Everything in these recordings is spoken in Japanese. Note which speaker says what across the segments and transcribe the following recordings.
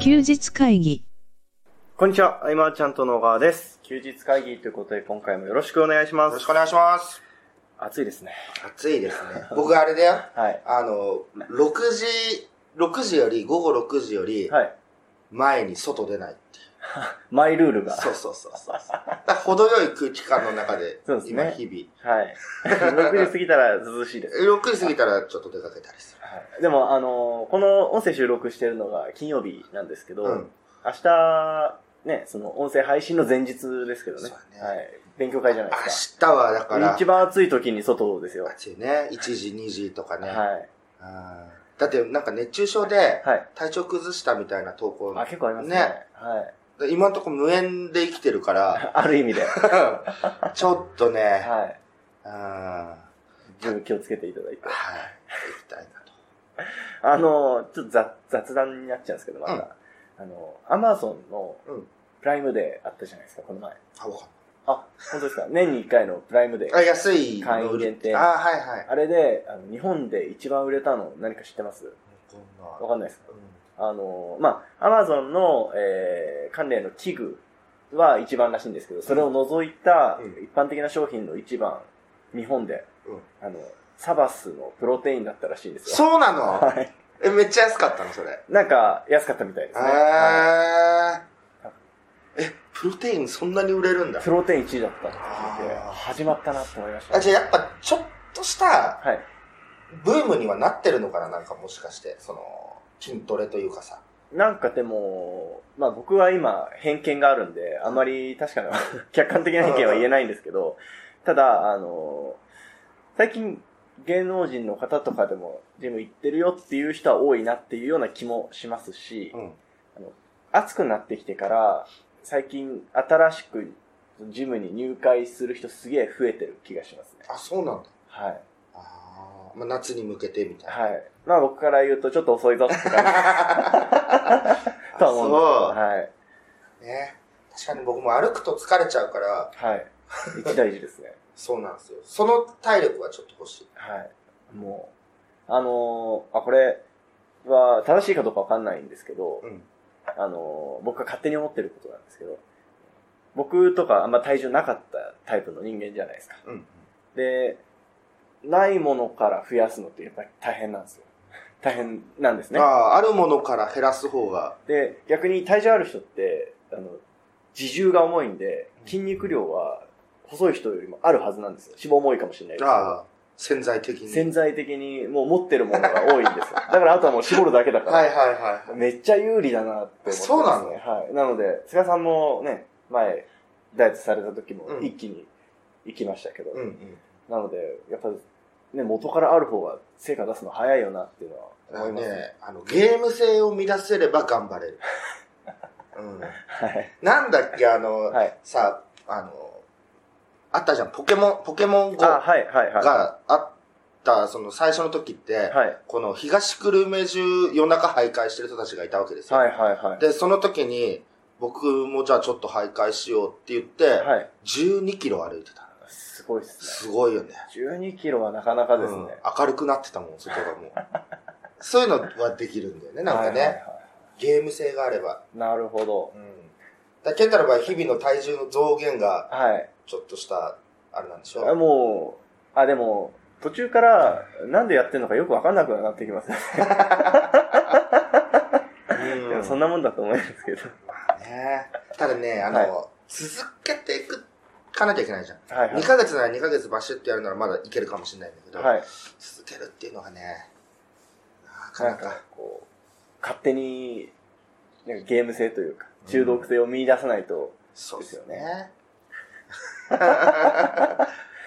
Speaker 1: 休日会議。
Speaker 2: こんにちは、あいまーちゃんと野川です。休日会議ということで、今回もよろしくお願いしま
Speaker 3: よろ
Speaker 2: す
Speaker 3: しく。お願いします。
Speaker 2: 暑いですね。
Speaker 3: 暑いですね。僕あれだよ。
Speaker 2: はい。
Speaker 3: あの、6時、6時より、午後6時より、
Speaker 2: はい。
Speaker 3: 前に外出ないっていう。
Speaker 2: マイルールが。
Speaker 3: そうそうそうそう。だから程よい空気感の中で
Speaker 2: そうで、すね
Speaker 3: 今日 々。
Speaker 2: はい。6時過ぎたら涼しいです。
Speaker 3: 6時過ぎたらちょっと出かけたりす
Speaker 2: はい。でも、あのーこの音声収録してるのが金曜日なんですけど、
Speaker 3: る。うん。
Speaker 2: 明日、ね、その音声配信の前日ですけどね。
Speaker 3: そうだ
Speaker 2: は
Speaker 3: ね
Speaker 2: い。勉強会じゃない
Speaker 3: 明
Speaker 2: です
Speaker 3: 日はだ
Speaker 2: か。
Speaker 3: から
Speaker 2: 一、番暑い時に外ですよ。
Speaker 3: 暑いね。1時、2時とかね。
Speaker 2: はい。
Speaker 3: うんだってなんか熱中症で、
Speaker 2: はい。
Speaker 3: 体調崩したみたいな投稿。
Speaker 2: あ、結構ありますね。
Speaker 3: ね
Speaker 2: はい。
Speaker 3: で今んとこ無縁で生きてる から、
Speaker 2: ある意 味で。は
Speaker 3: ちょっとね、
Speaker 2: い。
Speaker 3: うん。は
Speaker 2: 十分気をつけていただいて
Speaker 3: い。。行きたいなと。
Speaker 2: あの、ちょっと雑雑談になっちゃうんですけど、また。
Speaker 3: うん
Speaker 2: あの、アマゾンの
Speaker 3: うん
Speaker 2: プライムデーあったじゃないですか、この前。
Speaker 3: あ、わかん
Speaker 2: あ、本当ですか。年に1回のプライムデ
Speaker 3: ないあ、
Speaker 2: ー。
Speaker 3: 安いの
Speaker 2: 会員限定
Speaker 3: あ、はいはい。
Speaker 2: あれで、あの日本で一番売れたの何か知ってます
Speaker 3: こ
Speaker 2: わ
Speaker 3: ん
Speaker 2: かんないですか
Speaker 3: な。
Speaker 2: あの、まあ、アマゾンの、えー関連の器具は一番らしいんですけど、それを除いた
Speaker 3: うん
Speaker 2: 一般的な商品の一番、日本で、
Speaker 3: うん
Speaker 2: あの、サバスのプロテインだったらしいんですよ。
Speaker 3: そうなの
Speaker 2: はい。
Speaker 3: え、めっちゃ安かったのそれ。へ
Speaker 2: なんか、安かったみたいですね。はい
Speaker 3: ー。え、プロテインそんなに売れるんだ
Speaker 2: プ。ロテイン1位だったって聞いて
Speaker 3: あー、
Speaker 2: 始まったなと思いました。
Speaker 3: あ、じゃあやっぱちょっとした
Speaker 2: はい。
Speaker 3: ブームにはなってるのかななんかもしかして。その、筋トレというかさ。
Speaker 2: なんかでも、まあ僕は今偏見があるんで、あまり確かな 客観的な意見は言えないんですけど、ただ、あの、最近芸能人の方とかでもジム行ってるよっていう人は多いなっていうような気もしますし、
Speaker 3: ん。
Speaker 2: 暑くなってきてから、最近新しくジムに入会する人すげえ増えてる気がしますね。
Speaker 3: あ、そうなんだ。
Speaker 2: はい。
Speaker 3: あーまあ、夏に向けてみたいな。
Speaker 2: はい。まあ僕から言うとちょっと遅いぞ って感じとは思うんですけど、はい。
Speaker 3: ね。確かに僕も歩くと疲れちゃうから、
Speaker 2: はい。一大事ですね。
Speaker 3: そうなんですよ。その体力はちょっと欲しい。
Speaker 2: はい。もう、あのーあ、これは正しいかどうかわかんないんですけど、
Speaker 3: ん。
Speaker 2: あのー僕が勝手に思ってることなんですけど、僕とかあんま体重なかったタイプの人間じゃないですか。
Speaker 3: うん。
Speaker 2: で、ないものから増やすのってやっぱり大変なんですよ。大変なんですね
Speaker 3: あ。あ、あるものから減らす方が。
Speaker 2: で、逆に体重ある人って、あの、自重が重いんで、筋肉量は細い人よりもあるはずなんですよ。脂肪も多いかもしれないですけど。
Speaker 3: ああ、潜在的に。
Speaker 2: 潜在的にもう持ってるものが多いんですよ。だからあとはもう絞るだけだから、
Speaker 3: はいはいはいはい。
Speaker 2: めっちゃ有利だなって思ってます、ね。
Speaker 3: そうなの
Speaker 2: はい。なので、菅さんもね、前、ダイエットされた時も
Speaker 3: うん
Speaker 2: 一気に行きましたけど、
Speaker 3: うんうん。
Speaker 2: なので、やっぱね、元からある方が成果出すの早いよなっていうのは思いますね。
Speaker 3: ね、あの、ゲーム性を乱せれば頑張 れる。うん。
Speaker 2: はい。
Speaker 3: なんだっけ、あの、
Speaker 2: はい。
Speaker 3: さ、あの、あったじゃん、ポケモン、ポケモン GO
Speaker 2: あ、はい、はい、は
Speaker 3: があった、その最初の時って、
Speaker 2: い。はい。
Speaker 3: この東久留米中夜中徘徊してる人たちがいたわけですよ。
Speaker 2: はい、はい、はい。
Speaker 3: で、その時に、僕もじゃあちょっと徘徊しようって言って、
Speaker 2: はい。
Speaker 3: 12キロ歩いてた。
Speaker 2: すごいっす
Speaker 3: す
Speaker 2: ね。
Speaker 3: ごいよね。
Speaker 2: 12キロはなかなかですね。
Speaker 3: うん明るくなってたもん、外が もう。そういうのはできるんだよね、なんかね。
Speaker 2: はいはいは
Speaker 3: ゲーム性があれば。
Speaker 2: いなるほど。
Speaker 3: うん。だけんたらば日々の体重の増減が、
Speaker 2: はい。
Speaker 3: ちょっとした、あれなんでしょ
Speaker 2: あ
Speaker 3: う。
Speaker 2: もう、あ、でも、途中から、なんでやってんのかよくわかんなくなってきますね。
Speaker 3: うん
Speaker 2: でもそんなもんだと思いますけど。
Speaker 3: ねただね、あの、続けていく、かなきゃいけないじゃん。
Speaker 2: はいは
Speaker 3: 2
Speaker 2: い。
Speaker 3: ヶ月なら2ヶ月バシッとやるならまだいけるかもしれないんだけど、
Speaker 2: はい。
Speaker 3: 続けるっていうのがね、なかなか。
Speaker 2: こう、勝手に、なんかゲーム性というか、中毒性を見出さないと、
Speaker 3: そうですよ
Speaker 2: です
Speaker 3: ね。
Speaker 2: あ、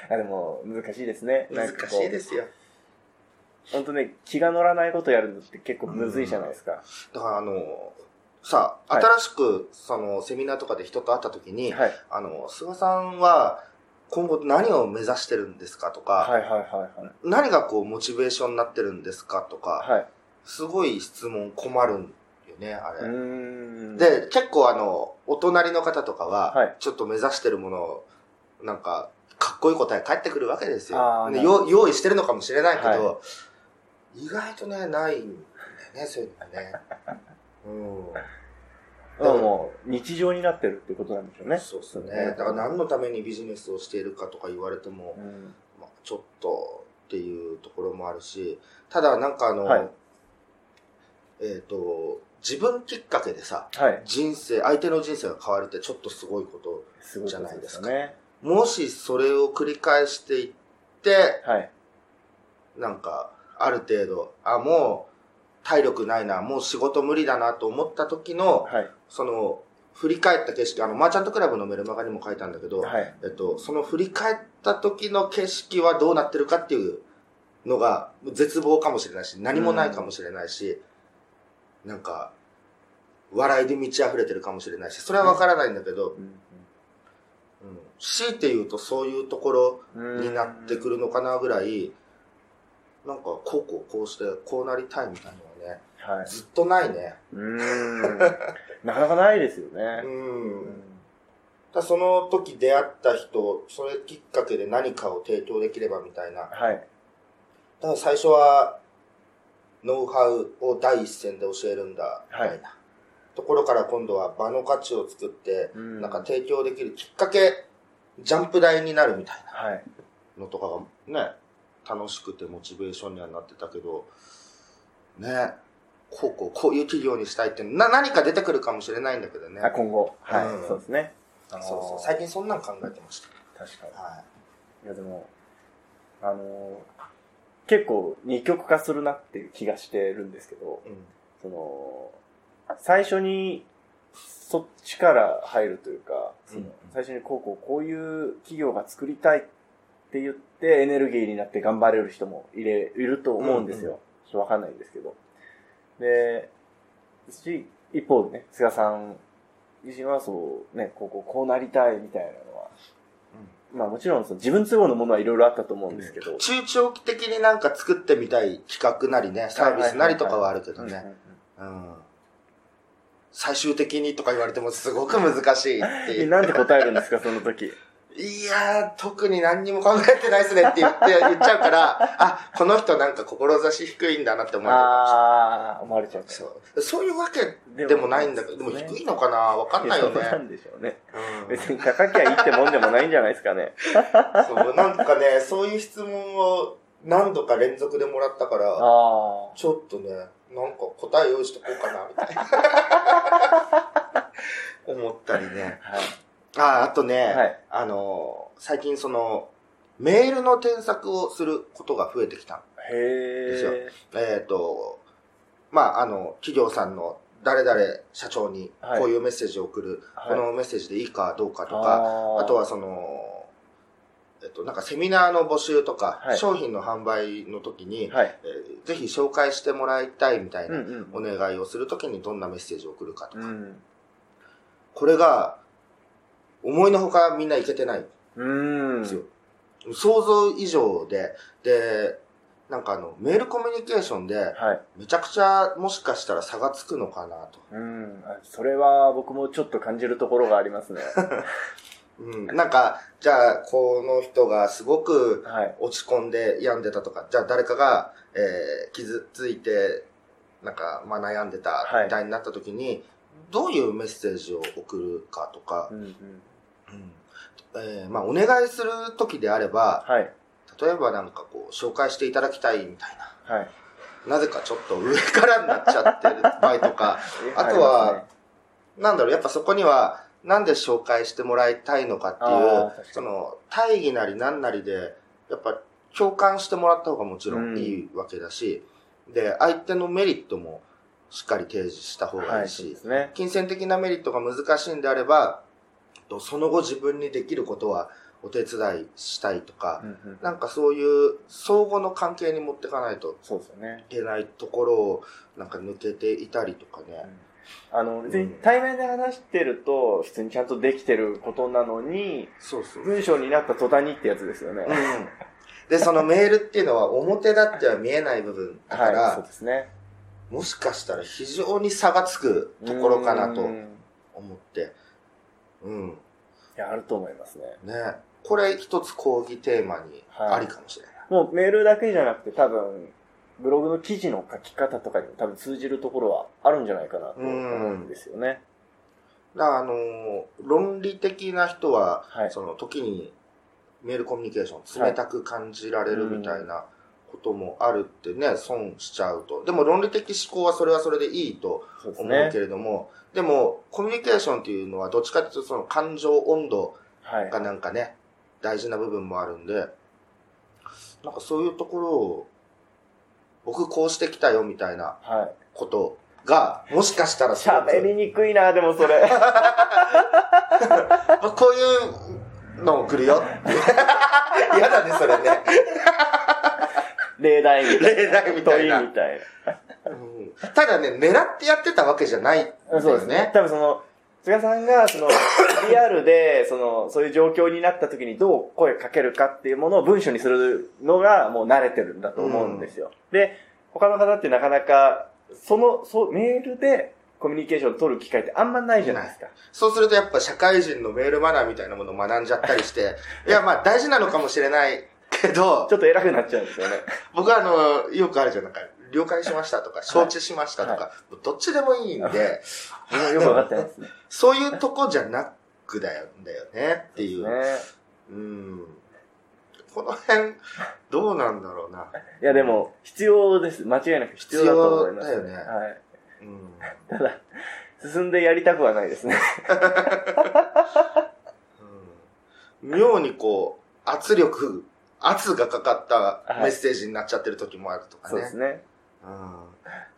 Speaker 2: でも、難しいですね。。
Speaker 3: 難しいですすよ。
Speaker 2: 本当ね、気が乗らないことやるのって結構むずいじゃないですか。
Speaker 3: だからあの、さ、
Speaker 2: はい
Speaker 3: 新しく、その、セミナーとかで人と会った時に、
Speaker 2: はい。
Speaker 3: あの、菅さんは、今後何を目指してるんですかとか、
Speaker 2: はいはいはいはい。
Speaker 3: 何がこう、モチベーションになってるんですかとか、
Speaker 2: はい。
Speaker 3: すごい質問困るんよね、あ
Speaker 2: う
Speaker 3: れ。
Speaker 2: ーん。、
Speaker 3: で、結構あの、お隣の方とかは、
Speaker 2: はい
Speaker 3: ちょっと目指してるものを、なんか、かっこいい答え返ってくるわけです
Speaker 2: あ
Speaker 3: よ。
Speaker 2: ー
Speaker 3: で
Speaker 2: なるほ
Speaker 3: よ用意してるのかもしれないけど、意外とね、ないんだよね、そういうのがね。うん。
Speaker 2: でももう日常になってるってことなんでしょうね。
Speaker 3: そうですね。だから何のためにビジネスをしているかとか言われても、
Speaker 2: うん
Speaker 3: まあ、ちょっとっていうところもあるし、ただなんかあの、
Speaker 2: はい
Speaker 3: えっ、と、自分きっかけでさ、
Speaker 2: はい。
Speaker 3: 人生、相手の人生が変わるってちょっとすごいこと。
Speaker 2: すごいこと
Speaker 3: じゃないですか
Speaker 2: ね。
Speaker 3: もしそれを繰り返していって、
Speaker 2: はい。
Speaker 3: なんか、ある程度、あ、もう体力ないな、もう仕事無理だなと思った時の、
Speaker 2: はい。
Speaker 3: その、振り返った景色、あの、マーチャントクラブのメルマガにも書いたんだけど、
Speaker 2: はい。
Speaker 3: えっと、その振り返った時の景色はどうなってるかっていうのが絶望かもしれないし、何もないかもしれないし、なんか、笑いで満ち溢れてるかもしれないし、それはわからないんだけど、うん、強いて言うとそういうところになってく
Speaker 2: る。
Speaker 3: るのかなぐらい、なんか、こうこうこうして、こうなりたいみたいなのはね、
Speaker 2: はい。
Speaker 3: ずっとないね。
Speaker 2: うーん。なかなかないですよ
Speaker 3: う。
Speaker 2: ね。うんん
Speaker 3: ただその時出会った人、それきっかけで何かを提供できればみたいな、
Speaker 2: はい。
Speaker 3: ただ最初はノウハウを第一線で教えるんだみ
Speaker 2: はい
Speaker 3: たいなところから今度は場の価値を作って、
Speaker 2: うん
Speaker 3: なんか提供できるきっかけジャンプ台になるみたい
Speaker 2: はい。
Speaker 3: なのとかがね楽しくてモチベーションにはなってたけどねこうこうこういう企業にしたいってな何か出てくるかもしれないんだけどね
Speaker 2: あ、今後。は
Speaker 3: うん
Speaker 2: い。そうですね。あのー
Speaker 3: そうそう最近そんなん考えてまし
Speaker 2: 確かに
Speaker 3: た、。はい
Speaker 2: いやでも、あのー結構二極化するなっていう気がしてるんですけど、
Speaker 3: うん
Speaker 2: その、最初にそっちから入るというか、その
Speaker 3: うんうん
Speaker 2: 最初にこうこうこういう企業が作りたいって言ってエネルギーになって頑張れる人もいれいると思うんですよ。
Speaker 3: う
Speaker 2: ちょっとわかんないんですけど。で、し、一方でね、菅さん自身はそう、ね、こうこうこうなりたいみたいなのは、まあもちろんその自分都合のものはいろいろあったと思うんですけど、
Speaker 3: 中長期的になんか作ってみたい企画なりね、サービスなりとかはあるけど
Speaker 2: うんうんう
Speaker 3: ね。
Speaker 2: ん
Speaker 3: うん最終的にとか言われてもすごく難しいって
Speaker 2: え
Speaker 3: いう。
Speaker 2: なんて答えるんですか、その 時。
Speaker 3: いやー、特に何にも考えてないっすねって言って、言っちゃ うから、あ、この人なんか志低いんだなって思わ
Speaker 2: ああ、思われちゃう
Speaker 3: れ
Speaker 2: か
Speaker 3: る
Speaker 2: ら。
Speaker 3: そう。そういうわけでもないんだけど、でも
Speaker 2: ね
Speaker 3: 低いのかなわかんないよね
Speaker 2: や。そうなんでしょうね。
Speaker 3: うん
Speaker 2: 別に高きゃいいってもんでもないんじゃないですか ね。
Speaker 3: そうなんかね、そういう質問を何度か連続でもらったから、
Speaker 2: あ
Speaker 3: ちょっとね、なんか答え用意しとこうかな、みたいな。 思ったりね。
Speaker 2: あ。は
Speaker 3: あ、あとね、
Speaker 2: い。はい。
Speaker 3: あのー最近その、メールの添削をすることが増えてきた
Speaker 2: へ
Speaker 3: ですよ
Speaker 2: え。
Speaker 3: えっ、と、まあ、あの、企業さんの誰々社長に
Speaker 2: はい
Speaker 3: こういうメッセージを送る、
Speaker 2: はい
Speaker 3: このメッセージでいいかどうかとか、
Speaker 2: あー
Speaker 3: あとはその、えっと、なんかセミナーの募集とか、
Speaker 2: はい
Speaker 3: 商品の販売の時に、
Speaker 2: はい。
Speaker 3: えーぜひ紹介してもらいたいみたいな
Speaker 2: うんうん。
Speaker 3: お願いをするときにどんなメッセージを送るかと
Speaker 2: う
Speaker 3: か、
Speaker 2: ん。
Speaker 3: これが思いのほかみんないけてないん
Speaker 2: うん。
Speaker 3: ですよ、想像以上ででなんかあのメールコミュニケーションで
Speaker 2: はい。
Speaker 3: めちゃくちゃもしかしたら差がつくのかなと、
Speaker 2: うん。あそれは僕もちょっと感じるところがあります ね。
Speaker 3: うん、なんかじゃあこの人がすごく
Speaker 2: はい。
Speaker 3: 落ち込んで病んでたとかじゃあ誰かが、えー傷ついてなんか、まあ、悩んでたみたいになった時に、どういうメッセージを送るかとか、
Speaker 2: うんうん。
Speaker 3: うんえーまあ、お願いする時であれば、
Speaker 2: はい。
Speaker 3: 例えばなんかこう、紹介していただきたいみたいな。
Speaker 2: はい。
Speaker 3: なぜかちょっと上からになっちゃってる場合と か、あとはなんだろう、やっぱそこには、なんで紹介してもらいたいのかって
Speaker 2: あー確か
Speaker 3: いう、
Speaker 2: に
Speaker 3: その、大義なり何なりで、やっぱ共感してもらった方がもちろ
Speaker 2: うんん
Speaker 3: いいわけだし、で、相手のメリットもしっかり提示した方が
Speaker 2: はい
Speaker 3: い
Speaker 2: はい。
Speaker 3: い
Speaker 2: そう
Speaker 3: し
Speaker 2: で、すね。
Speaker 3: 金銭的なメリットが難しいんであれば、とその後自分にできることはお手伝いしたいとか
Speaker 2: う、んうん
Speaker 3: なんかそういう相互の関係に持っていかないと
Speaker 2: そうですよね。
Speaker 3: いけないところをなんか抜けていたりとかね。
Speaker 2: あの、別に対面で話してると、普通にちゃんとできてることなのに、
Speaker 3: そうそう。うん。
Speaker 2: 文章になった途端にってやつですよね。
Speaker 3: で、そのメールっていうのは表だっては見えない部分だから、
Speaker 2: はい、そうですね。
Speaker 3: もしかしたら非常に差がつくところかな
Speaker 2: う
Speaker 3: と
Speaker 2: ん
Speaker 3: 思って。うん。
Speaker 2: いや、あると思いますね。
Speaker 3: ね。これ一つ講義テーマにありかもしれない。
Speaker 2: もうメールだけじゃなくて多分、ブログの記事の書き方とかにも多分通じるところはあるんじゃないかなと思うんですよね。
Speaker 3: だからあのー論理的な人は、
Speaker 2: はい
Speaker 3: その時にメールコミュニケーション冷たく感じられるみたいなこともあるってね、損しちゃうと。でも論理的思考はそれはそれでいいと
Speaker 2: そうです
Speaker 3: 思う
Speaker 2: ね
Speaker 3: け。れども、でもコミュニケーションっていうのはどっちかっていうとその感情温度
Speaker 2: はい
Speaker 3: が。なんかね、大事な部分もあるんで、なんかそういうところを、僕こうしてきたよみたいな
Speaker 2: はい。
Speaker 3: ことが、もしかしたらすごく
Speaker 2: 喋りにくいな、でもそ れ。
Speaker 3: まあこういうの送るよって。 嫌だね、それね。
Speaker 2: 例題みたい
Speaker 3: 例題
Speaker 2: な。
Speaker 3: みた
Speaker 2: 問
Speaker 3: い
Speaker 2: い
Speaker 3: な。
Speaker 2: みたい
Speaker 3: うんただね、狙ってやってたわけじゃないんだ
Speaker 2: な。そうです
Speaker 3: よ
Speaker 2: ね。。多分その、菅さんが、そ の、リアルで、その、そういう状況になった時にどう声かけるかっていうものを文章にするのが、もう慣れてるんだと思うんですよ。で、他の方ってなかなか、その、そう、メールでコミュニケーションを取る機会ってあんまないじゃないですか。
Speaker 3: そうするとやっぱ社会人のメールマナーみたいなものを学んじゃったり して、いや、まあ大事なのかもしれないけど
Speaker 2: ち、ょっと偉くなっちゃうんですよね。
Speaker 3: 僕はあの、よくあるじゃん、なんか、了解しましたとか、承知しましたとか、もうどっちでもいいんで、
Speaker 2: よくわかってないですね。
Speaker 3: そういうとこじゃなくだよ、だよねっていう。
Speaker 2: ね
Speaker 3: うん。この辺、どうなんだろうな。
Speaker 2: いやでも、必要です。間違いなく必要だと思います。
Speaker 3: 必要だよね
Speaker 2: はい。
Speaker 3: うん。
Speaker 2: ただ、進んでやりたくはないですね。
Speaker 3: うん妙にこう、圧力、圧がかかったメッセージになっちゃってる時もあるとか
Speaker 2: そう
Speaker 3: ね。
Speaker 2: ですね。
Speaker 3: うん、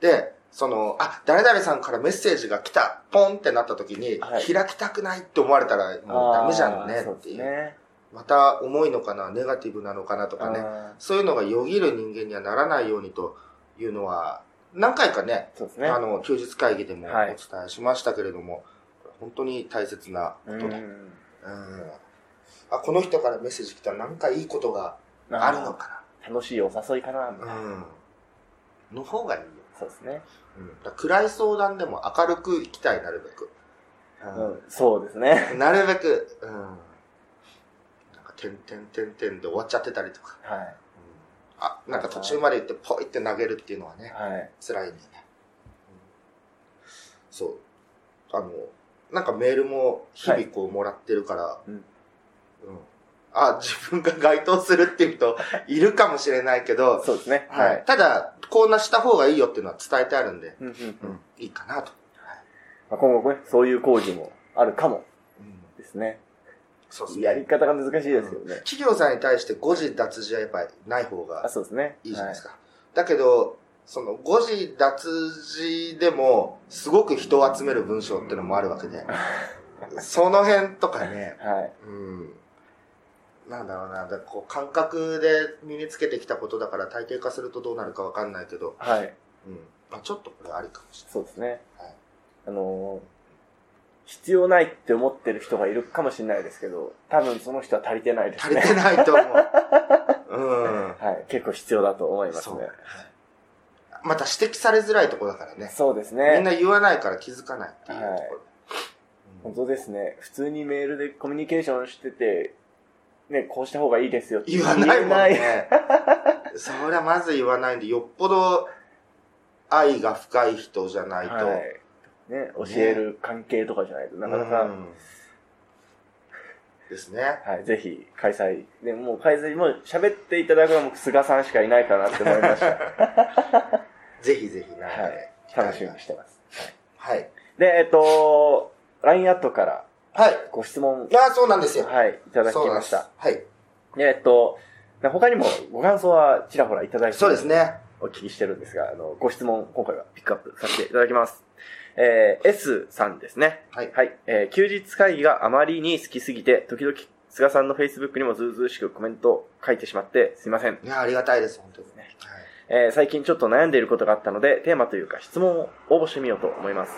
Speaker 3: で、その、あ、誰々さんからメッセージが来た、ポンってなった時に、
Speaker 2: はい
Speaker 3: 開きたくないって思われたらもうダメじゃんね
Speaker 2: あーそう
Speaker 3: っ
Speaker 2: で
Speaker 3: て
Speaker 2: す
Speaker 3: いう。
Speaker 2: ね。
Speaker 3: また重いのかな、ネガティブなのかなと
Speaker 2: あ
Speaker 3: かね。
Speaker 2: ー
Speaker 3: そういうのがよぎる人間にはならないようにというのは、何回かね、
Speaker 2: そうですね。
Speaker 3: あの、休日会議でもお
Speaker 2: はい
Speaker 3: 伝えしましたけれども、本当に大切なこ
Speaker 2: う
Speaker 3: と
Speaker 2: ん
Speaker 3: だうんあこの人からメッセージ来たら何かいいことがあるのか
Speaker 2: 楽しいお誘いかな、み
Speaker 3: な。
Speaker 2: たいな。
Speaker 3: うん。の方がいいよ。
Speaker 2: そうですね、
Speaker 3: うん、だから暗い相談でも明るく行きたい、なるべく。
Speaker 2: うん。そうですね。
Speaker 3: うん、なるべく、うん。なんか、てんてんてんてんで終わっちゃってたりとか。
Speaker 2: は。
Speaker 3: うん、あ、なんか途中まで行ってポイって投げるっていうのはいね、
Speaker 2: はい。
Speaker 3: 辛いんでね。うんそう。あの、なんかメールも日々こうもらってるから、
Speaker 2: いうん
Speaker 3: うんあ、自分が該当するっていう 人いるかもしれないけど、
Speaker 2: そうですね。
Speaker 3: はい。。ただ、こんなした方がいいよっていうのは伝えてあるんで、
Speaker 2: うんうんうん
Speaker 3: うん、いいかなと。
Speaker 2: まあ、今後ね、そういう工事もあるかも
Speaker 3: うん、
Speaker 2: ですね。
Speaker 3: そうです
Speaker 2: やり
Speaker 3: ね。
Speaker 2: 方が難しいですよね。
Speaker 3: 企業さんに対して誤字脱字はやっぱりない方
Speaker 2: あ、
Speaker 3: が
Speaker 2: そうですね。
Speaker 3: いいじゃないです
Speaker 2: か。
Speaker 3: か。だけど、その誤字脱字でも、すごく人を集める文章っていうのもあるわ けで、その辺とかね、
Speaker 2: はい。
Speaker 3: うんなんだろうな、だこう感覚で身につけてきたことだから体系化するとどうなるかわかんないけど、
Speaker 2: はい。はい、
Speaker 3: うんまあ、ちょっとこれありかもし
Speaker 2: そうですね。
Speaker 3: はい
Speaker 2: あのー必要ないって思ってる人がいるかもしれないですけど、多分その人は足りてないで
Speaker 3: れ
Speaker 2: す
Speaker 3: ない。
Speaker 2: ね。
Speaker 3: 足りてないと思う。
Speaker 2: はい、結構必要だと思い
Speaker 3: うん。
Speaker 2: ます
Speaker 3: そう。
Speaker 2: ね
Speaker 3: はい。また指摘されづらいとこだからね。
Speaker 2: そうです
Speaker 3: みん
Speaker 2: ね。
Speaker 3: な言わないから気づかないっていうところ。
Speaker 2: 本当ですね。普通にメールでコミュニケーションしてて、ね、こうした方がいいですよって
Speaker 3: 言わないも
Speaker 2: 言え
Speaker 3: ん
Speaker 2: ない
Speaker 3: ね。 そりゃまず言わないんで、よっぽど愛が深い人じゃないと。
Speaker 2: はい。ね、教える関係とかじゃないと、なかな
Speaker 3: う
Speaker 2: か、
Speaker 3: んですね。
Speaker 2: はい、ぜひ開催。でもう開催、もう喋っていただくのはもう菅さんしかいないかなって思いました。
Speaker 3: ぜひぜひなんかね。
Speaker 2: 楽しみにしてます。
Speaker 3: はい。
Speaker 2: で、えっと、LINE アットから
Speaker 3: はい。
Speaker 2: ご質問、
Speaker 3: ああ、そうなんですよ。
Speaker 2: はい、いただきました。
Speaker 3: そうなんです。
Speaker 2: でえっと、他にもご感想はちらほらいただい
Speaker 3: はい。
Speaker 2: て
Speaker 3: そうですね。
Speaker 2: お聞きしてるんですが、あの、ご質問、今回はピックアップさせていただきます。えー S さんですね。
Speaker 3: はい。
Speaker 2: はい。えー休日会議があまりに好きすぎて、時々、菅さんの Facebook にもずうずうしくコメントを書いてしまって、すいません。
Speaker 3: いや、ありがたいです、本当に。はい。
Speaker 2: えー最近ちょっと悩んでいることがあったので、テーマというか質問を応募してみようと思います。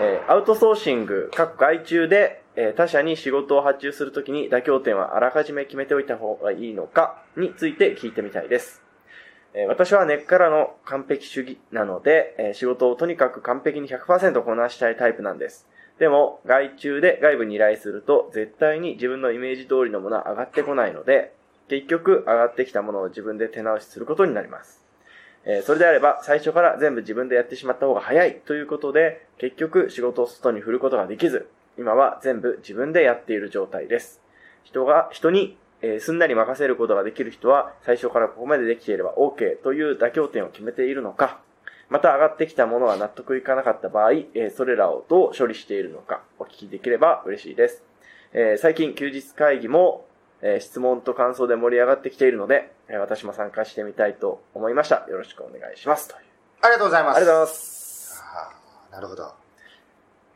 Speaker 2: えーアウトソーシング、各外注で、えー他社に仕事を発注するときに妥協点はあらかじめ決めておいた方がいいのかについて聞いてみたいです。えー私は根っからの完璧主義なので、えー仕事をとにかく完璧に100%こなしたいタイプなんです。でも、外注で外部に依頼すると、絶対に自分のイメージ通りのものは上がってこないので、結局、上がってきたものを自分で手直しすることになります。えーそれであれば、最初から全部自分でやってしまった方が早いということで、結局仕事を外に振ることができず、今は全部自分でやっている状態です。人が、人に、えーすんなり任せることができる人は、最初からここまでできていれば OK という妥協点を決めているのか、また上がってきたものが納得いかなかった場合、えーそれらをどう処理しているのか、お聞きできれば嬉しいです。えー最近休日会議も、えー質問と感想で盛り上がってきているので、えー私も参加してみたいと思いました。よろしくお願いします。という
Speaker 3: ありがとうございます。
Speaker 2: ありがとうございます。
Speaker 3: あーなるほど。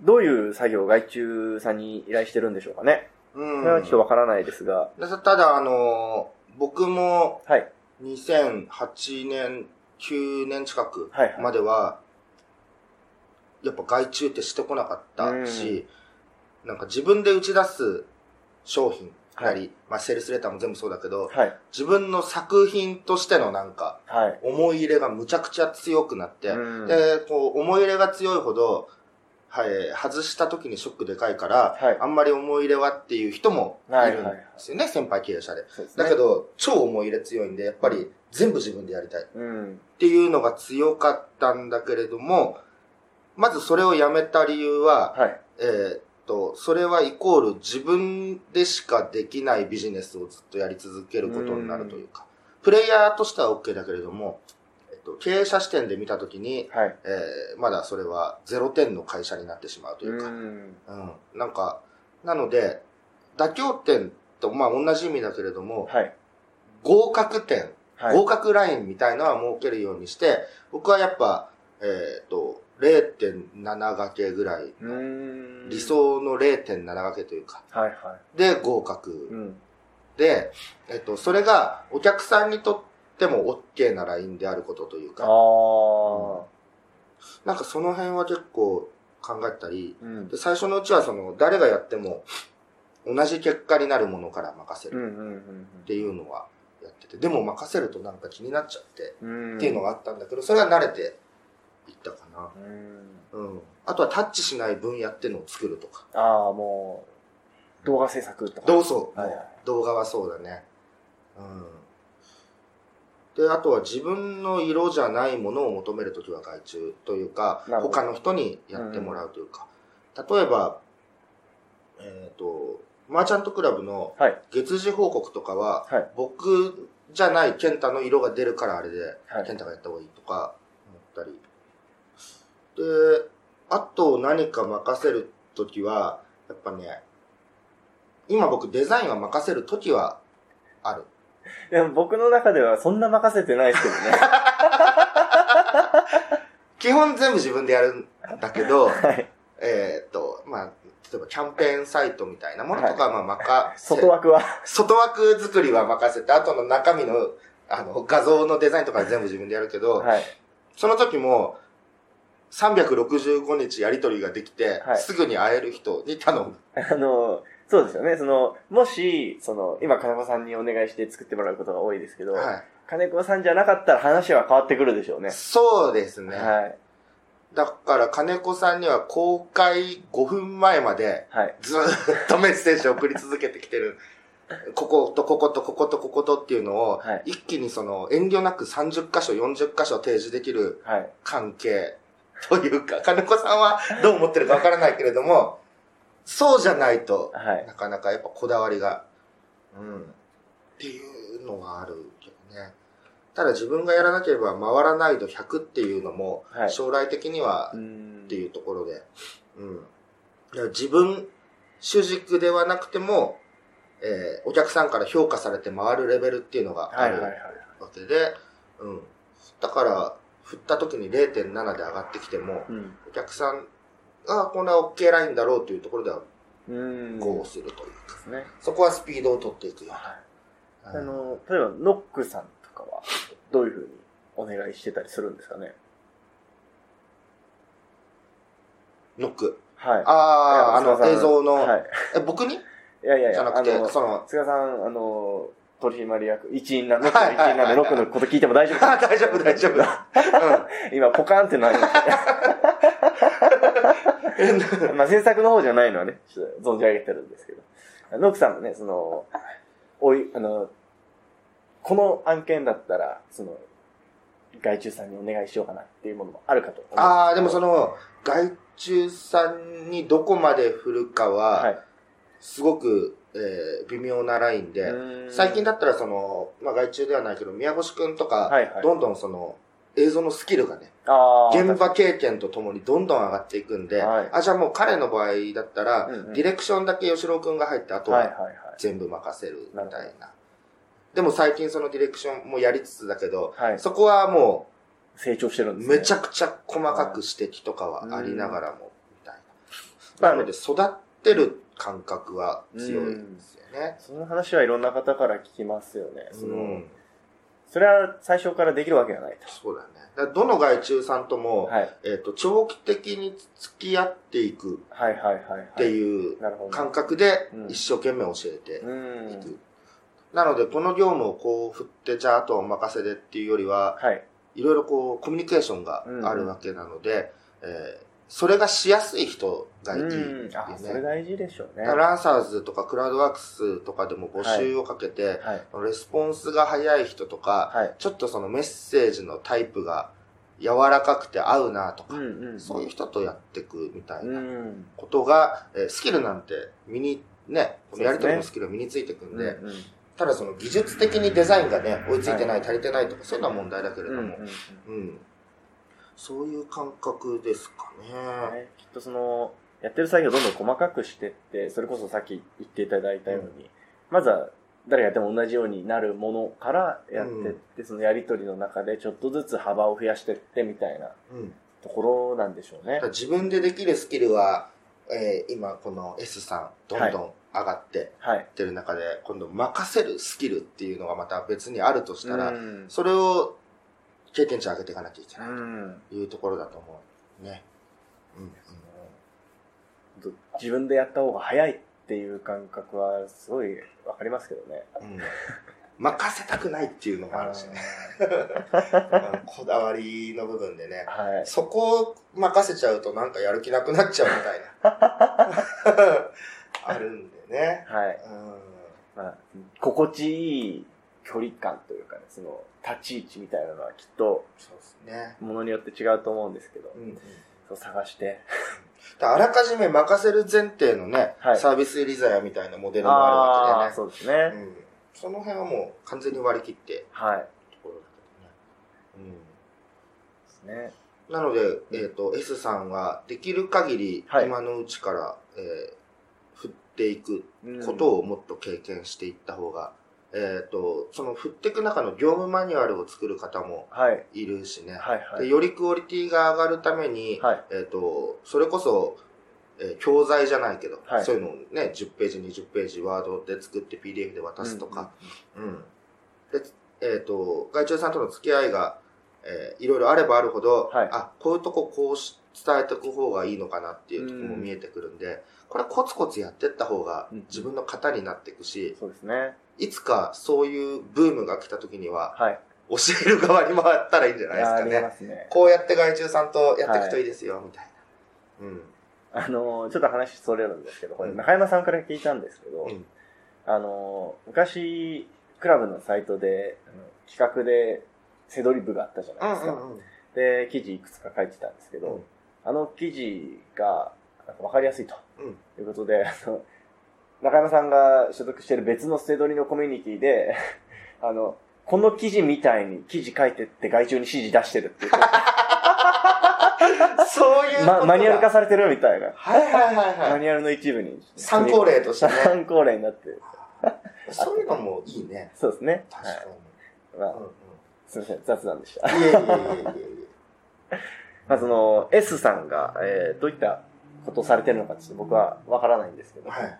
Speaker 2: どういう作業を外注さんに依頼してるんでしょうかね。
Speaker 3: う
Speaker 2: そ
Speaker 3: ん。
Speaker 2: れはちょっとわからないですが、
Speaker 3: たただ、あのー僕も
Speaker 2: はい。
Speaker 3: 2008年、9年近く
Speaker 2: はいはい
Speaker 3: までは、やっぱ外注ってしてこなかったし、なんか自分で打ち出す商品なり、まあセールスレターも全部そうだけど、
Speaker 2: はい。
Speaker 3: 自分の作品としてのなんか、
Speaker 2: はい。
Speaker 3: 思い入れがむちゃくちゃ強くなって、
Speaker 2: うん
Speaker 3: で、こう、思い入れが強いほど、はい、外した時にショックでかいから、
Speaker 2: はい
Speaker 3: あんまり思い入れはっていう人もいるんですよね、先輩経営者で。
Speaker 2: そうですね
Speaker 3: だけ、ど、超思い入れ強いんで、やっぱり全部自分でやりたいっ
Speaker 2: うん。
Speaker 3: ていうのが強かったんだけれども、まずそれをやめた理由は、
Speaker 2: はい。
Speaker 3: えーっと、それはイコール自分でしかできないビジネスをずっとやり続けることになるというか、プレイヤーとしては OK だけれども、えっと、経営者視点で見たときに、
Speaker 2: はい。
Speaker 3: えーまだそれは0点の会社になってしまうというか、
Speaker 2: ん。
Speaker 3: うん、なんか、なので、妥協点と、まあ同じ意味だけれども、
Speaker 2: はい。
Speaker 3: 合格点、
Speaker 2: はい。
Speaker 3: 合格ラインみたいなのは設けるようにして、僕はやっぱ、えっ、と、0.7掛けぐらい、
Speaker 2: うん。
Speaker 3: 理。想の0.7掛けというか、
Speaker 2: はいは
Speaker 3: で、合
Speaker 2: い。う
Speaker 3: 格。
Speaker 2: ん。
Speaker 3: で、えっ、と、それがお客さんにとっても OK なラインであることという
Speaker 2: あ
Speaker 3: か、
Speaker 2: あ。
Speaker 3: なんかその辺は結構考えたり、
Speaker 2: うん
Speaker 3: で。最初のうちはその誰がやっても同じ結果になるものから任せ
Speaker 2: うんう
Speaker 3: る
Speaker 2: ん
Speaker 3: っていうのはやってて、でも任せるとなんか気になっちゃって
Speaker 2: うん。
Speaker 3: っていうの
Speaker 2: が。
Speaker 3: があったんだけど、それは慣れていったかな。
Speaker 2: うん。
Speaker 3: うん。あとはタッチしない分野っていうのを作るとか。
Speaker 2: ああ、もう、動画制作とか。
Speaker 3: どうそう、
Speaker 2: はいはい
Speaker 3: 動画はそうだね。うん。で、あとは自分の色じゃないものを求めるときは外注というか、
Speaker 2: なるほど
Speaker 3: 他の人にやってもらうというか、例えば、えっ、と、マーチャントクラブの
Speaker 2: はい。
Speaker 3: 月次報告とかは、
Speaker 2: はい
Speaker 3: 僕じゃない健太の色が出るからあれで、
Speaker 2: はい
Speaker 3: 健太がやった方がいいとか思ったり。で、あと何か任せるときは、やっぱね、今僕デザインは任せるときはある。
Speaker 2: でも僕の中ではそんな任せてないですけどね。
Speaker 3: 基本全部自分でやるんだけど、
Speaker 2: はい。
Speaker 3: えーっと、まあ、例えばキャンペーンサイトみたいなものとかはまあ任せ、
Speaker 2: 外枠は。
Speaker 3: 外枠作りは任せて、あとの中身のあの画像のデザインとかは全部自分でやるけど、
Speaker 2: はい。
Speaker 3: その時も、365日やりとりができて、
Speaker 2: はい
Speaker 3: すぐに会える人に頼む。
Speaker 2: あの、そうですよね。その、もし、その、今、金子さんにお願いして作ってもらうことが多いですけど、
Speaker 3: は
Speaker 2: 金子さんじゃなかったら話は変わってくるでしょうね
Speaker 3: い。。そうですね。
Speaker 2: はい。
Speaker 3: だから、金子さんには公開5分前まで、
Speaker 2: はい。
Speaker 3: ずーっとメッセージを送り続けてきてる。 こことこことこことこことっていうのを
Speaker 2: はい、
Speaker 3: 一気にその遠慮なく30箇所、40箇所提示できる
Speaker 2: はい。
Speaker 3: 関係というか、金子さんはどう思ってるかわからないけれども、そうじゃないと、
Speaker 2: はい。
Speaker 3: なかなかやっぱこだわりが、うん、っていうのはあるけどね。ただ自分がやらなければ回らないと100っていうのも
Speaker 2: は、い
Speaker 3: 将来的には
Speaker 2: うーん
Speaker 3: っていうところで、うん。だから自分主軸ではなくても、えーお客さんから評価されて回るレベルっていうのがあ
Speaker 2: はいは
Speaker 3: る
Speaker 2: いはい。
Speaker 3: わけで、うん。だから、振った時に0.7で上がってきても、
Speaker 2: うん。
Speaker 3: お客さんがこんな OK ラインだろうというところでは
Speaker 2: うーん。
Speaker 3: ゴ
Speaker 2: で
Speaker 3: ーするというか。
Speaker 2: すね。
Speaker 3: そこはスピードを取っていくよ。
Speaker 2: はい。あ
Speaker 3: うん
Speaker 2: の、例えば、ノックさんとかは、どういうふうにお願いしてたりするんですかね。
Speaker 3: ノック。
Speaker 2: はい。
Speaker 3: ああ、あ
Speaker 2: いや菅
Speaker 3: の
Speaker 2: さん
Speaker 3: 映像の、
Speaker 2: はい。
Speaker 3: え、僕に
Speaker 2: いやいやい
Speaker 3: じゃ
Speaker 2: や、
Speaker 3: なくて
Speaker 2: あ、の
Speaker 3: その、
Speaker 2: 菅さん、あの、取締役、一員なんで、ノック
Speaker 3: はい
Speaker 2: の一員なん
Speaker 3: は
Speaker 2: で、
Speaker 3: い
Speaker 2: ノックのこと聞いても大丈夫
Speaker 3: あ大丈夫、大丈夫。う
Speaker 2: 今、ポカーンってなりました。
Speaker 3: ん。
Speaker 2: まあ、制作の方じゃないのはね、ちょっと存じ上げてるんですけど。ノックさんもね、その、おい、あの、この案件だったら、その、外注さんにお願いしようかなっていうものもあるかと思う。
Speaker 3: ああ、でもその、外注さんにどこまで振るか
Speaker 2: は
Speaker 3: は、
Speaker 2: い
Speaker 3: すごく、えー微妙なラインで、最近だったらその、まあ、外注ではないけど、宮越くんとか、
Speaker 2: はいはい
Speaker 3: どんどんその、映像のスキルがね、
Speaker 2: あー
Speaker 3: 現場経験とともにどんどん上がっていくんで、
Speaker 2: はい
Speaker 3: あ、じゃあもう彼の場合だったら、
Speaker 2: うんうん
Speaker 3: ディレクションだけ吉郎くんが入って、あと
Speaker 2: はいはい
Speaker 3: は
Speaker 2: はい。
Speaker 3: 全部任せるみたい
Speaker 2: なる
Speaker 3: な。でも最近そのディレクションもやりつつだけど、
Speaker 2: はい。
Speaker 3: そこはも
Speaker 2: 成長してる
Speaker 3: うん
Speaker 2: ですね。
Speaker 3: めちゃくちゃ細かく指摘とかはありながらも、みたい
Speaker 2: ま
Speaker 3: な。
Speaker 2: あ
Speaker 3: なので育ってる感覚は強いですよね。
Speaker 2: その話はいろんな方から聞きますよね。その、
Speaker 3: うん
Speaker 2: それは最初からできるわけがない
Speaker 3: そうだね。だからどの外注さん
Speaker 2: と。
Speaker 3: とも、
Speaker 2: はい。
Speaker 3: えっ、と、長期的に付き合っていく
Speaker 2: はいはいはい、はい。っ
Speaker 3: っていう
Speaker 2: なるほど。
Speaker 3: 感覚で
Speaker 2: うん
Speaker 3: 一生懸命教えて
Speaker 2: うん。
Speaker 3: いく。なので、この業務をこう振って、じゃああとはお任せでっていうよりは、
Speaker 2: はい。
Speaker 3: いろいろこうコミュニケーションがあるわけなので、えーそれがしやすい人がいいよ
Speaker 2: うん。あ、それ
Speaker 3: ね。
Speaker 2: 大事でしょうね。
Speaker 3: だからランサーズとかクラウドワークスとかでも募集をかけて、
Speaker 2: はい。
Speaker 3: レスポンスが早い人とか、
Speaker 2: はい。
Speaker 3: ちょっとそのメッセージのタイプが柔らかくて合うなと
Speaker 2: う
Speaker 3: か、
Speaker 2: んうん。
Speaker 3: そういう人とやっていくみたいな。
Speaker 2: うん。
Speaker 3: ことが、えースキルなんて身に、ね、このやり取りのスキルが身についていくんで、
Speaker 2: うんうん
Speaker 3: ただその技術的にデザインがね、追いついてな
Speaker 2: は
Speaker 3: い、
Speaker 2: い
Speaker 3: 足りてないとか、そういうのは問題だけれ
Speaker 2: う
Speaker 3: ど
Speaker 2: ん
Speaker 3: も、
Speaker 2: うん
Speaker 3: うん、そういう感覚ですか
Speaker 2: うん
Speaker 3: ね。
Speaker 2: ねきっとその、やってる作業をどんどん細かくしてって、それこそさっき言っていただいたように、まずは誰がやっても同じようになるものからやってって、そのやりとりの中でちょっとずつ幅を増やしてってみたいな
Speaker 3: うん、
Speaker 2: ところなんでしょうね
Speaker 3: ただ。自分でできるスキルは、えー今この S さん、どんどん上がって
Speaker 2: はい。
Speaker 3: ってる中で、今度任せるスキルっていうのがまた別にあるとしたら、
Speaker 2: うん
Speaker 3: それを経験値上げていかなきゃいけ
Speaker 2: う
Speaker 3: ない
Speaker 2: ん
Speaker 3: というところだと思う。ね。うんうん
Speaker 2: ど自分でやった方が早いっていう感覚はすごいわかりますけどね。
Speaker 3: うん任せたくないっていうのもあるしね。うん こだわりの部分でね
Speaker 2: あ。ーはい。
Speaker 3: そこを任せちゃうとなんかやる気なくなっちゃうみたいな。 あるんでね。
Speaker 2: はい。
Speaker 3: うん
Speaker 2: まあ、心地いい距離感というかね、その、立ち位置みたいなのはきっと、
Speaker 3: そうですね。
Speaker 2: ものによって違うと思うんですけど
Speaker 3: う、んだ
Speaker 2: そう探して。
Speaker 3: からあらかじめ任せる前提のね、
Speaker 2: はい
Speaker 3: サービスリザヤみたいなモデルもあるわ
Speaker 2: ー
Speaker 3: け
Speaker 2: そうですね
Speaker 3: で。ね。うんその辺はもう完全に割り切って
Speaker 2: はい。
Speaker 3: ところだけどね。うん
Speaker 2: ですね。
Speaker 3: なので、えっ、と、S さんは、できる限り、
Speaker 2: はい
Speaker 3: 今のうちから、えー振っていく
Speaker 2: うん
Speaker 3: ことをもっと経験していった方が、えっ、と、その振っていく中の業務マニュアルを作る方も
Speaker 2: はい。
Speaker 3: いるしね。
Speaker 2: はいは
Speaker 3: で
Speaker 2: い。
Speaker 3: よりクオリティが上がるために、
Speaker 2: はい。
Speaker 3: えっ、と、それこそ、えー教材じゃないけど、
Speaker 2: はい
Speaker 3: そういうのをね、10ページ、20ページ、ワードで作って PDF で渡すとか、うん。で、えっ、と、外注さんとの付き合いが、えーいろいろあればあるほど、
Speaker 2: はい
Speaker 3: あ、こういうとここうし伝えておく方がいいのかなっていうところも見えてくるんで、これコツコツやってった方が
Speaker 2: うん
Speaker 3: 自分の型になっていく
Speaker 2: うん
Speaker 3: し、
Speaker 2: そうですね。
Speaker 3: いつかそういうブームが来た時には、
Speaker 2: はい。
Speaker 3: 教える側に回ったらいいんじゃない
Speaker 2: や
Speaker 3: です
Speaker 2: り
Speaker 3: かね。
Speaker 2: ますね。
Speaker 3: こうやって外注さんとやっていくといいですよ、みたいな。うん。
Speaker 2: あのー、ちょっと話それるんですけど、これ
Speaker 3: うん
Speaker 2: 中山さんから聞いたんですけど、
Speaker 3: うん
Speaker 2: あのー、昔、クラブのサイトで、あの企画で、セドリ部があったじゃないですか。
Speaker 3: うん。
Speaker 2: で、記事いくつか書いてたんですけど、
Speaker 3: うん
Speaker 2: あの記事が、なんかわかりやすいと。
Speaker 3: うん
Speaker 2: いうことで、あの、中山さんが所属している別のステドリのコミュニティで、 あの、この記事みたいに記事書いてって外注に指示出してるっ ていう。
Speaker 3: そういうことだ
Speaker 2: ま、マニュアル化されてるみたいな。
Speaker 3: はいはいはい
Speaker 2: マ
Speaker 3: はい。
Speaker 2: ニュアルの一部に。
Speaker 3: 参考例としてね
Speaker 2: 参考例になってる。
Speaker 3: そういうのもいいね。
Speaker 2: そうですね。
Speaker 3: 確かに。
Speaker 2: まあ
Speaker 3: うんうん
Speaker 2: すみません、雑談でした。
Speaker 3: いえいえいえいえいえ。
Speaker 2: まあ、その、S さんが、えー、どういったことをされてるのかちょっと僕はわからないんですけど、
Speaker 3: はい。
Speaker 2: はい。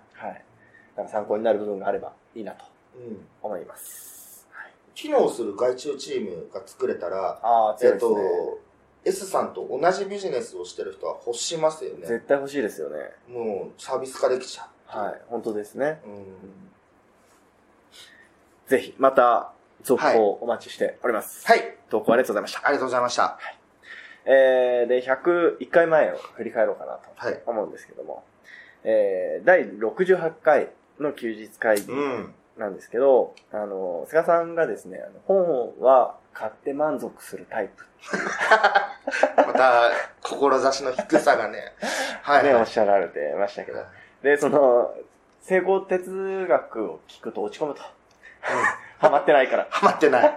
Speaker 2: なんか参考になる部分があればいいなと
Speaker 3: うん。
Speaker 2: 思います。はい、
Speaker 3: 機能する外注チームが作れたら、
Speaker 2: ああ、強いで
Speaker 3: えっ
Speaker 2: すね。
Speaker 3: と、S さんと同じビジネスをしてる人は欲しますよね。
Speaker 2: 絶対欲しいですよね。
Speaker 3: もうサービス化できちゃう。
Speaker 2: はい。本当ですね。
Speaker 3: うん。
Speaker 2: ぜひ、また、続
Speaker 3: はい
Speaker 2: 報お待ちしております。
Speaker 3: はい。
Speaker 2: 投稿ありがとうございました。
Speaker 3: ありがとうございました。
Speaker 2: えー、で、101回前を振り返ろうかなと
Speaker 3: はい。
Speaker 2: 思うんですけども、えー、第68回の休日会議
Speaker 3: うん。
Speaker 2: なんですけど、あの、菅さんがですね、あの本は買って満足するタイプ
Speaker 3: また、志の低さがね。 はい、
Speaker 2: ね、
Speaker 3: は
Speaker 2: おっ
Speaker 3: い
Speaker 2: しゃられてましたけど。で、その、成功哲学を聞くと落ち込むと。 ハマってないから。
Speaker 3: ハマってない。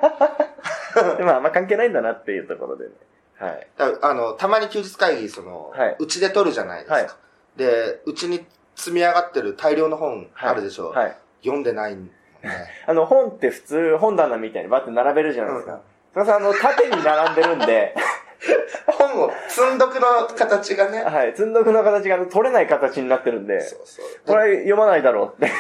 Speaker 2: で、まあ、あんま関係ないんだなっていうところでね。はい。
Speaker 3: だあの、たまに休日会議、その
Speaker 2: はいう
Speaker 3: ち、で撮るじゃないですか。
Speaker 2: はい
Speaker 3: で、うちに積み上がってる大量の本あるでしょう。
Speaker 2: はい。
Speaker 3: 読んでないもんね。
Speaker 2: あの、本って普通、本棚みたいにバッて並べるじゃないです
Speaker 3: うん
Speaker 2: か。菅さん、あの、縦に並んでるん で、
Speaker 3: 本を、積んどくの形がね。
Speaker 2: はい。積んどくの形があの取れない形になってるんで、
Speaker 3: そうそう。
Speaker 2: こ
Speaker 3: だ
Speaker 2: れ読まないだろうって。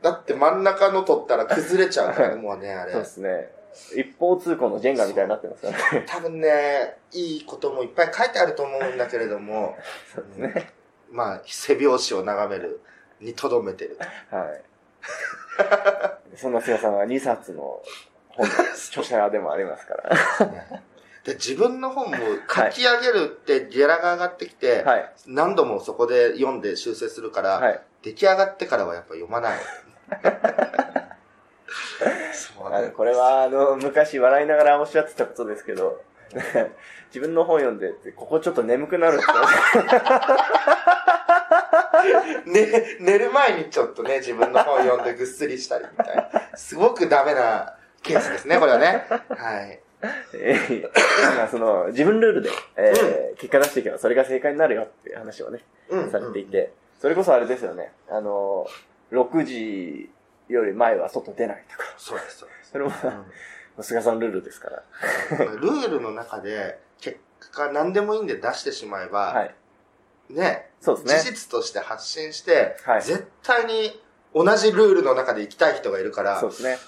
Speaker 3: だって真ん中の取ったら崩れちゃうからね、もうね、あれ
Speaker 2: そう。ですね。一方通行のジェンガみたいになってますよね。
Speaker 3: 多分ね、いいこともいっぱい書いてあると思うんだけれども、
Speaker 2: そうですね。
Speaker 3: まあ、背拍子を眺めるにとどめてる。
Speaker 2: はい。そんな菅さんは2冊の 本の著者でもありますから。
Speaker 3: で自分の本も書き上げるってゲラが上がってきて、
Speaker 2: はい。
Speaker 3: 何度もそこで読んで修正するから、
Speaker 2: はい。
Speaker 3: 出来上がってからはやっぱ読まない。 そう
Speaker 2: あ
Speaker 3: な
Speaker 2: の
Speaker 3: ん
Speaker 2: これは、あの、昔笑いながらおっしゃってたことですけど、 自分の本読んでって、ここちょっと眠くなるって言われて。
Speaker 3: ね、寝る前にちょっとね、自分の本読んでぐっすりしたりみたいな。すごくダメなケースですね、これはね。はい。
Speaker 2: えー まあその、自分ルールで、えー結果出していけばそれが正解になるよっていう話をね、
Speaker 3: うん
Speaker 2: されてい。て、それこそあれですよね、あの、6時より前は外出ないとか、
Speaker 3: そうです、そうです。
Speaker 2: それも、菅さんルールですから。
Speaker 3: うんルールの中で、結果何でもいいんで出してしまえば、
Speaker 2: はい。
Speaker 3: ね、
Speaker 2: そうです
Speaker 3: 事
Speaker 2: ね。
Speaker 3: 実として発信して、
Speaker 2: はい。
Speaker 3: 絶対に同じルールの中で行きたい人がいるから
Speaker 2: そう、ですね。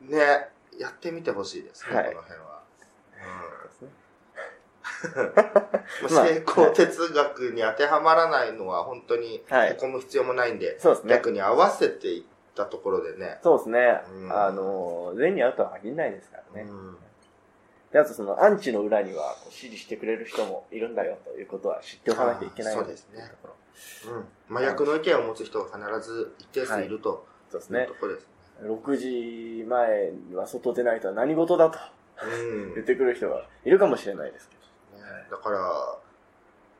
Speaker 3: ね、やってみてほしいですね、
Speaker 2: はい
Speaker 3: この辺は。
Speaker 2: ですね
Speaker 3: うんまあ
Speaker 2: まあ
Speaker 3: 成功哲学に当てはまらないのは本当に
Speaker 2: はい
Speaker 3: へこむ必要もないんで、
Speaker 2: そうですね。
Speaker 3: 逆に合わせていったところでね。
Speaker 2: そうですね
Speaker 3: う。ん
Speaker 2: あの、全員に会うとは限らないですからね。
Speaker 3: うん
Speaker 2: で、あとその、アンチの裏には、こう支持してくれる人もいるんだよということは知っておかなきゃいけない
Speaker 3: あー
Speaker 2: の
Speaker 3: そうですね
Speaker 2: っていところ
Speaker 3: うん真逆の意見を持つ人が必ず一定数いると
Speaker 2: そうです
Speaker 3: いう
Speaker 2: ね
Speaker 3: と。ころです。
Speaker 2: 6時前には外出ないとは何事だと
Speaker 3: うん
Speaker 2: 言ってくる人がいるかもしれないですけ
Speaker 3: ねだから、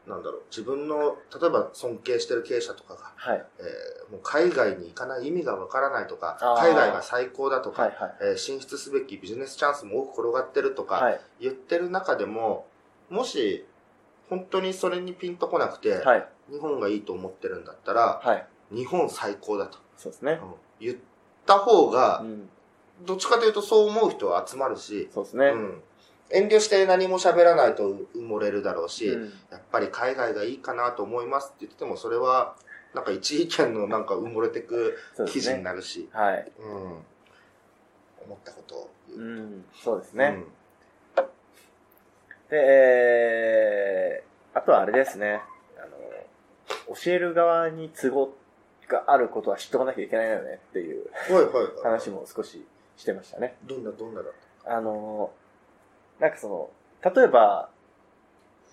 Speaker 3: なんだろう、自分の、例えば尊敬してる経営者とかが、
Speaker 2: ど。はい。
Speaker 3: えーもう海外に行かない意味がわからないとか、
Speaker 2: あー
Speaker 3: 海外が最高だとか、
Speaker 2: はいはい。
Speaker 3: えー進出すべきビジネスチャンスも多く転がってるとか
Speaker 2: はい。
Speaker 3: 言ってる中でも、もし本当にそれにピンとこなくて、
Speaker 2: はい。
Speaker 3: 日本がいいと思ってるんだったら、
Speaker 2: はい。
Speaker 3: 日本最高だと、
Speaker 2: そうですね。
Speaker 3: うん言った方
Speaker 2: う
Speaker 3: が、
Speaker 2: ん。
Speaker 3: どっちかというとそう思う人は集まるし、
Speaker 2: そうです
Speaker 3: う
Speaker 2: ね。
Speaker 3: ん、遠慮して何も喋らないと埋もれるだろうし、
Speaker 2: うん
Speaker 3: やっぱり海外がいいかなと思いますって言ってても、それは、なんか一意見のなんか埋もれてく
Speaker 2: そうで
Speaker 3: 記事
Speaker 2: す
Speaker 3: に
Speaker 2: ね。
Speaker 3: なるし、
Speaker 2: はい。
Speaker 3: うん。思ったことを言う
Speaker 2: うん。そうですね。で、えー、あとはあれですね。あの、教える側に都合があることは知っとかなきゃいけないよねっていう
Speaker 3: うん。はいはいはい。
Speaker 2: 話も少ししてましたね。
Speaker 3: どんなどんなだっ
Speaker 2: あの、なんかその、例えば、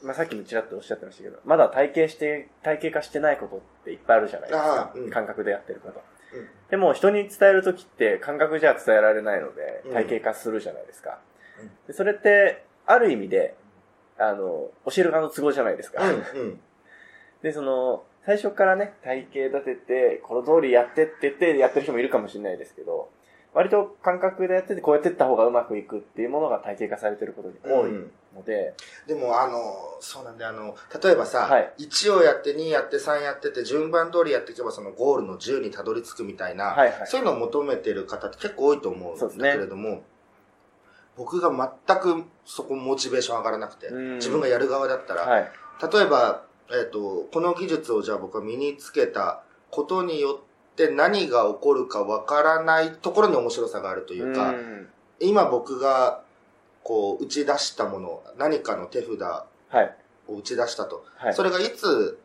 Speaker 2: まあ、さっきもちらっとおっしゃってましたけど、まだ体系して、体系化してないことっていっぱいあるじゃないです
Speaker 3: あ
Speaker 2: か。
Speaker 3: あうん
Speaker 2: 感覚でやってること。
Speaker 3: た、うん、
Speaker 2: でも人に伝えるときって感覚じゃ伝えられないので
Speaker 3: うん、
Speaker 2: 体系化するじゃないですか
Speaker 3: うん。
Speaker 2: でそれって、ある意味で、あの、教える側の都合じゃないですか。
Speaker 3: うん、うん。
Speaker 2: で、その、最初からね、体系立てて、この通りやってってってやってる人もいるかもしれないですけど、割と感覚でやってて、こうやってった方がうまくいくっていうものが体系化されてることに多い
Speaker 3: うん
Speaker 2: ので、
Speaker 3: でも、あの、そうなんで、あの、例えばさ、
Speaker 2: はい
Speaker 3: 1をやって、2やって、3やってって、順番通りやっていけば、そのゴールの10にたどり着くみたいな、
Speaker 2: はいはい。
Speaker 3: そういうのを求めてる方って結構多いと思うん
Speaker 2: そうです
Speaker 3: だ
Speaker 2: ね
Speaker 3: けれども、僕が全くそこモチベーション上がらなくて、
Speaker 2: うん
Speaker 3: 自分がやる側だったら、
Speaker 2: はい。
Speaker 3: 例えば、えっ、と、この技術をじゃあ僕は身につけたことによって何が起こるかわからないところに面白さがあるというか、
Speaker 2: うん
Speaker 3: 今僕がこう打ち出したもの、何かの手札
Speaker 2: はい。
Speaker 3: を打ち出したと。
Speaker 2: はい。
Speaker 3: そ
Speaker 2: れ
Speaker 3: れがいつ、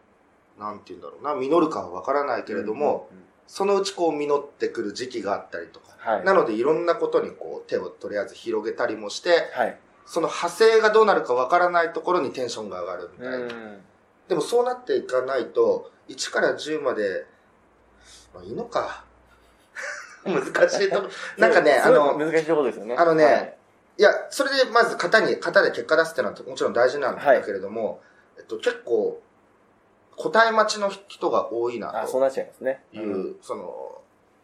Speaker 3: なんて言うんだろうな、実るかはわからないけれども、、そのうちこう実ってくる時期があったりとか、
Speaker 2: はい。
Speaker 3: なのでいろんなことにこう手をとりあえず広げたりもして、
Speaker 2: はい。
Speaker 3: その派生がどうなるかわからないところにテンションが上がるみたいな。
Speaker 2: うん
Speaker 3: でもそうなっていかないと、1から10まで、まあいいのか。 難しいとこ。なんかね、あ
Speaker 2: すごい
Speaker 3: の、
Speaker 2: 難しいところですよね。
Speaker 3: あのね
Speaker 2: はい
Speaker 3: いや、それでまず型に、型で結果出すっていうのはもちろん大事なんだけれども、えっと、結構、答え待ちの人が多いな
Speaker 2: あ、そう
Speaker 3: と
Speaker 2: なっちゃいますね。
Speaker 3: いう、その、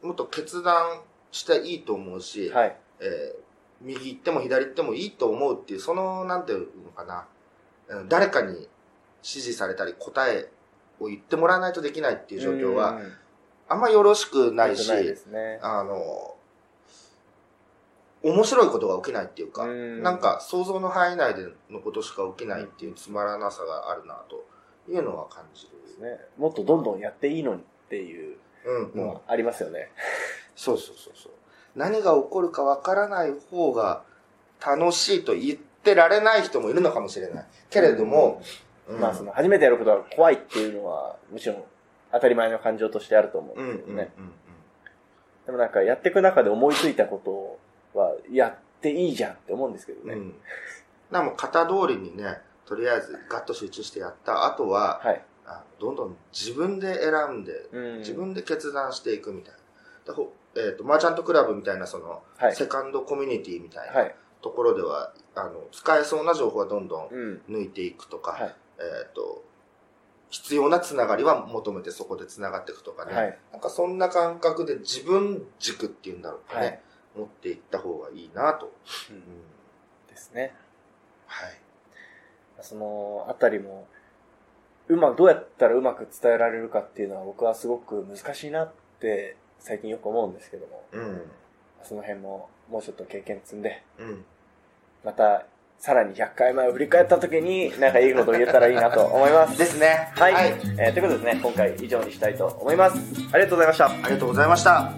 Speaker 3: もっと決断していいと思うし、
Speaker 2: うんはい。
Speaker 3: えー右行っても左行ってもいいと思うっていう、その、なんていうのかな、うん誰かに指示されたり答えを言ってもらわないとできないっていう状況は、
Speaker 2: うん、
Speaker 3: あんまよろしくない
Speaker 2: 良く
Speaker 3: し、
Speaker 2: ないですね。
Speaker 3: あの、面白いことが起きないっていうか、
Speaker 2: うん
Speaker 3: なんか想像の範囲内でのことしか起きないっていうつまらなさがあるなというのは感じる。
Speaker 2: ねもっとどんどんやっていいのにっていう
Speaker 3: うん、うん
Speaker 2: のはありますよね。
Speaker 3: そうそうそうそう。何が起こるかわからない方が楽しいと言ってられない人もいるのかもしれない。けれども、うん
Speaker 2: まあ、その、初めてやることが怖いっていうのは、もちろん、当たり前の感情としてあると思う
Speaker 3: うんん
Speaker 2: です
Speaker 3: うん
Speaker 2: け
Speaker 3: う
Speaker 2: ど
Speaker 3: んうん
Speaker 2: ね。でもなんか、やっていく中で思いついたことは、やっていいじゃんって思うんですけど
Speaker 3: う
Speaker 2: ね。
Speaker 3: ん。なもう型通りにね、とりあえずガッと集中してやった後は、
Speaker 2: はい。
Speaker 3: あのどんどん自分で選んで
Speaker 2: うん
Speaker 3: 自分で決断していくみたいな。でほえー、とマーチャントクラブみたいなその、
Speaker 2: はい。
Speaker 3: セカンドコミュニティみたい
Speaker 2: は。
Speaker 3: ないところでは、あの使えそうな情報はどんどん
Speaker 2: うん。
Speaker 3: 抜いていくとか、
Speaker 2: はい
Speaker 3: えっ、と必要なつながりは求めてそこでつながっていくとかね、
Speaker 2: はい。
Speaker 3: なんかそんな感覚で自分軸っていうんだろうかね、
Speaker 2: はい
Speaker 3: 持っていった方がいいなと、
Speaker 2: う
Speaker 3: うん
Speaker 2: んですね。
Speaker 3: はい
Speaker 2: そのあたりも、うまく、どうやったらうまく伝えられるかっていうのは僕はすごく難しいなって最近よく思うんですけども、
Speaker 3: うん
Speaker 2: その辺ももうちょっと経験積んで、
Speaker 3: うん、
Speaker 2: またさらに100回前を振り返った時になんかいいことを言えたらいいなと思います。
Speaker 3: ですね
Speaker 2: はい、えーということでね、今回以上にしたいと思います。ありがとうございました。
Speaker 3: ありがとうございました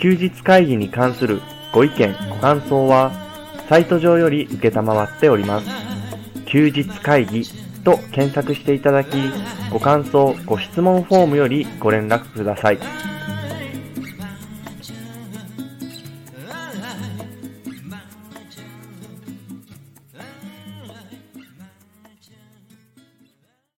Speaker 1: 休日会議に関するご意見、ご感想は、サイト上より受けたまわっております。休日会議と検索していただき、ご感想、ご質問フォームよりご連絡ください。